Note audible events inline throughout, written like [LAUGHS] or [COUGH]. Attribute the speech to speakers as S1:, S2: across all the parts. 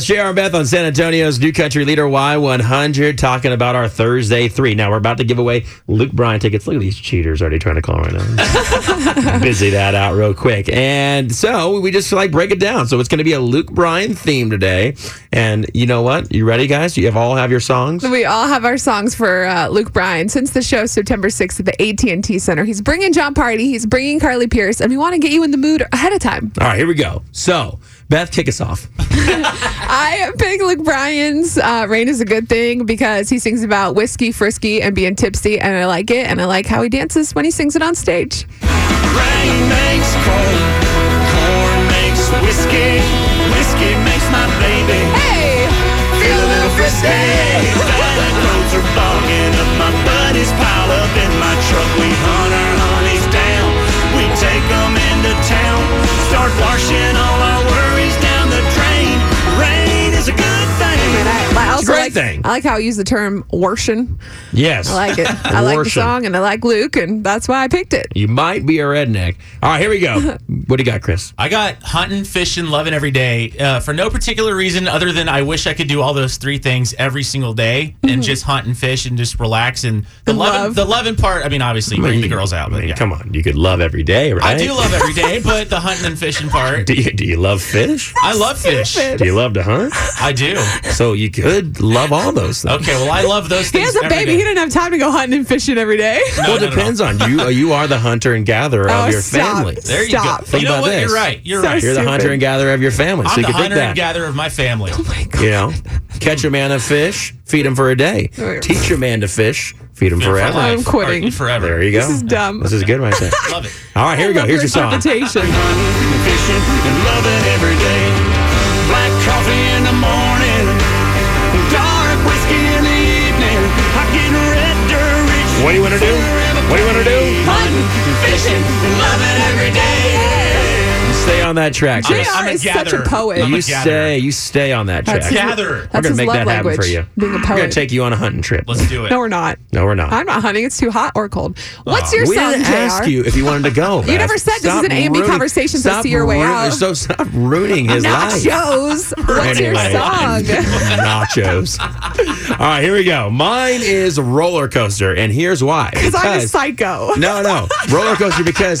S1: Sharon Beth on San Antonio's New Country Leader Y100 talking about our Thursday three. Now, we're about to give away Luke Bryan tickets. Look at these cheaters already trying to call right
S2: [LAUGHS]
S1: now. Busy that out real quick. And so we just like break it down. So it's going to be a Luke Bryan theme today. And you know what? You ready, guys? You have all have your songs?
S2: We all have our songs for uh, Luke Bryan since the show September 6th at the AT&T Center. He's bringing John Party, he's bringing Carly Pierce, and we want to get you in the mood ahead of time.
S1: All right, here we go. So, Beth, kick us off.
S2: I pick Luke Bryan's uh, "Rain Is a Good Thing" because he sings about whiskey, frisky, and being tipsy, and I like it. And I like how he dances when he sings it on stage.
S3: Rain makes corn, corn makes whiskey, whiskey makes my baby
S2: Hey,
S3: feel a little frisky. Valley roads are bogging up, my buddies pile up in my truck. We hunt our honeys down, we take 'em into town, start washing all our worries down the drain. Rain is a good thing.
S2: and I, I also
S1: great
S2: like,
S1: thing.
S2: I like how I use the term "worshing."
S1: Yes.
S2: I like it. I like the
S1: Worship.
S2: song, and I like Luke, and that's why I picked it.
S1: You might be a redneck. All right, here we
S2: [LAUGHS]
S1: go. what do you got, Chris?
S4: I got hunting, fishing, loving every day uh, for no particular reason other than I wish I could do all those three things every single day and just hunt and fish and just relax and the
S2: Mm-hmm. And
S4: loving
S2: love.
S4: the loving part. I mean, obviously bring the girls out,
S1: I
S4: but
S1: mean,
S4: yeah.
S1: Come on, you could love every day, right?
S4: I do love every day, but the hunting and fishing part.
S1: [LAUGHS] Do you, do you love fish?
S4: I love fish.
S1: Do you love to hunt?
S4: I do.
S1: So you could love all those things.
S4: Okay, well, I love those
S2: He
S4: things.
S2: has a
S4: every
S2: baby.
S4: day.
S2: He didn't have time to go hunting and fishing every
S4: [LAUGHS]
S2: day.
S4: No,
S1: well,
S4: no,
S1: it
S4: no.
S1: depends on you. Uh, You are the hunter and gatherer
S2: Oh,
S1: of your
S2: stop.
S1: family.
S4: There you
S2: Stop.
S4: go.
S1: Think
S4: you know
S1: about
S4: what?
S1: this.
S4: You're right. You're
S2: So
S4: right.
S1: You're the
S2: Stupid.
S1: hunter and gatherer of your family. so
S4: I'm
S1: you
S4: the
S1: could think
S4: hunter
S1: that.
S4: and gatherer of my family.
S1: You know, catch a man of fish, feed him for a
S2: [LAUGHS]
S1: day.
S2: Right.
S1: Teach a man to fish, feed him
S4: For
S1: forever.
S4: life.
S2: I'm quitting.
S4: Or Forever.
S1: There you go.
S2: This is dumb.
S1: This is good right
S2: [LAUGHS]
S1: there.
S4: Love it.
S1: All right, here we go. Here's your song.
S2: Interpretation.
S3: and fishing and loving every day. Black coffee in the morning, dark whiskey in the evening. I get red dirt rich.
S1: What do you wanna do? What do you wanna do?
S3: Hunting, fishing, and loving every day.
S1: Stay on that track.
S2: JR
S1: Chris.
S4: I'm a
S2: is such a
S4: gatherer.
S2: poet.
S4: I'm
S1: you
S4: a gatherer.
S1: stay. You stay on that track.
S2: That's his-
S4: Gatherer.
S1: We're
S2: that's
S1: gonna
S2: his
S1: make
S2: love
S1: that happen for
S2: language,
S1: you.
S2: being a
S1: We're gonna
S2: poet.
S1: take you on a hunting trip.
S4: Let's do it.
S2: No, we're not.
S1: No, we're not.
S2: I'm not hunting. It's too hot or cold. What's your
S1: we
S2: song,
S1: didn't
S2: JR?
S1: ask you if you wanted to
S2: [LAUGHS]
S1: go. Beth.
S2: never said this
S1: Stop
S2: is an A and B
S1: ruining-
S2: conversation, so
S1: stop
S2: see your way
S1: ruining-
S2: out.
S1: So stop ruining
S2: [LAUGHS]
S1: his
S2: Not
S1: life. [LAUGHS]
S2: shows. What's your
S1: Anyway.
S2: song?
S1: Nachos. All right, here we go. Mine is roller coaster, and here's why.
S2: Because I'm a
S1: Because-
S2: psycho.
S1: No, no. Roller coaster because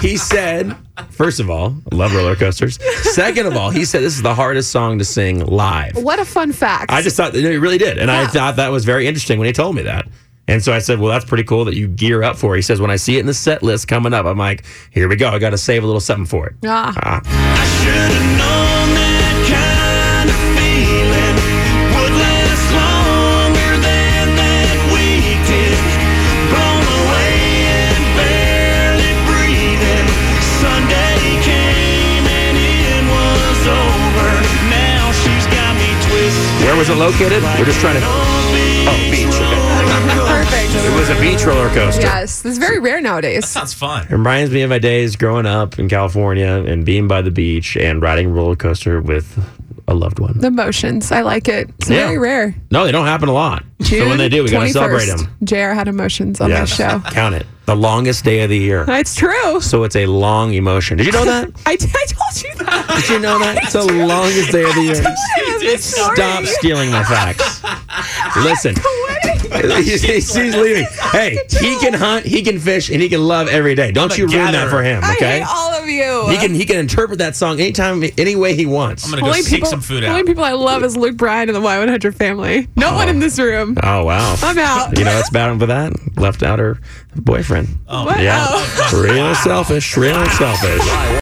S1: he said, first of all, I love roller coasters. Second of all, he said this is the hardest song to sing live.
S2: What a fun fact.
S1: I just thought no, he really did, and I
S2: Yeah.
S1: thought that was very interesting when he told me that. And so I said, "Well, that's pretty cool that you gear up for." it. He says, "When I see it in the set list coming up, I'm like, here we go. I got to save a little something for it."
S2: Ah.
S3: I should have known that kind of feeling would last longer than that we did. Blown away and barely breathing. Sunday came and it was over. Now she's got me twisted.
S1: Where was it located? We're just trying to.
S3: Oh,
S1: beach, It was a beach roller coaster.
S2: Yes, this is very rare nowadays.
S4: Sounds
S1: It
S4: fun.
S1: reminds me of my days growing up in California and being by the beach and riding a roller coaster with a loved one.
S2: The emotions. I like it. It's
S1: Yeah.
S2: very rare.
S1: No, they don't happen a lot. so when they do, we got to celebrate them.
S2: JR had emotions on
S1: Yes.
S2: that show.
S1: Count it. The longest day of the year.
S2: It's true.
S1: So it's a long emotion. Did you know that?
S2: [LAUGHS] I, I told you that.
S1: [LAUGHS] Did you know that? It's the longest day of the year.
S2: It's
S1: Stop stealing my facts. Listen. He's, he's- he's leaving. Hey, he can hunt, he can fish, and he can love every day. Don't
S4: a
S1: you ruin that
S4: gatherer.
S1: for him,
S2: I
S1: okay?
S2: hate all of you.
S1: He can he can interpret that song anytime, any way he wants.
S4: I'm gonna go seek some food
S2: only
S4: out.
S2: people I love is Luke Bryan and the Y100 family. No one in this room.
S1: Oh wow!
S2: I'm out.
S1: You know that's bad for that. Left out her boyfriend.
S2: [LAUGHS] What?
S1: Yeah,
S2: Oh.
S1: real selfish. Real selfish.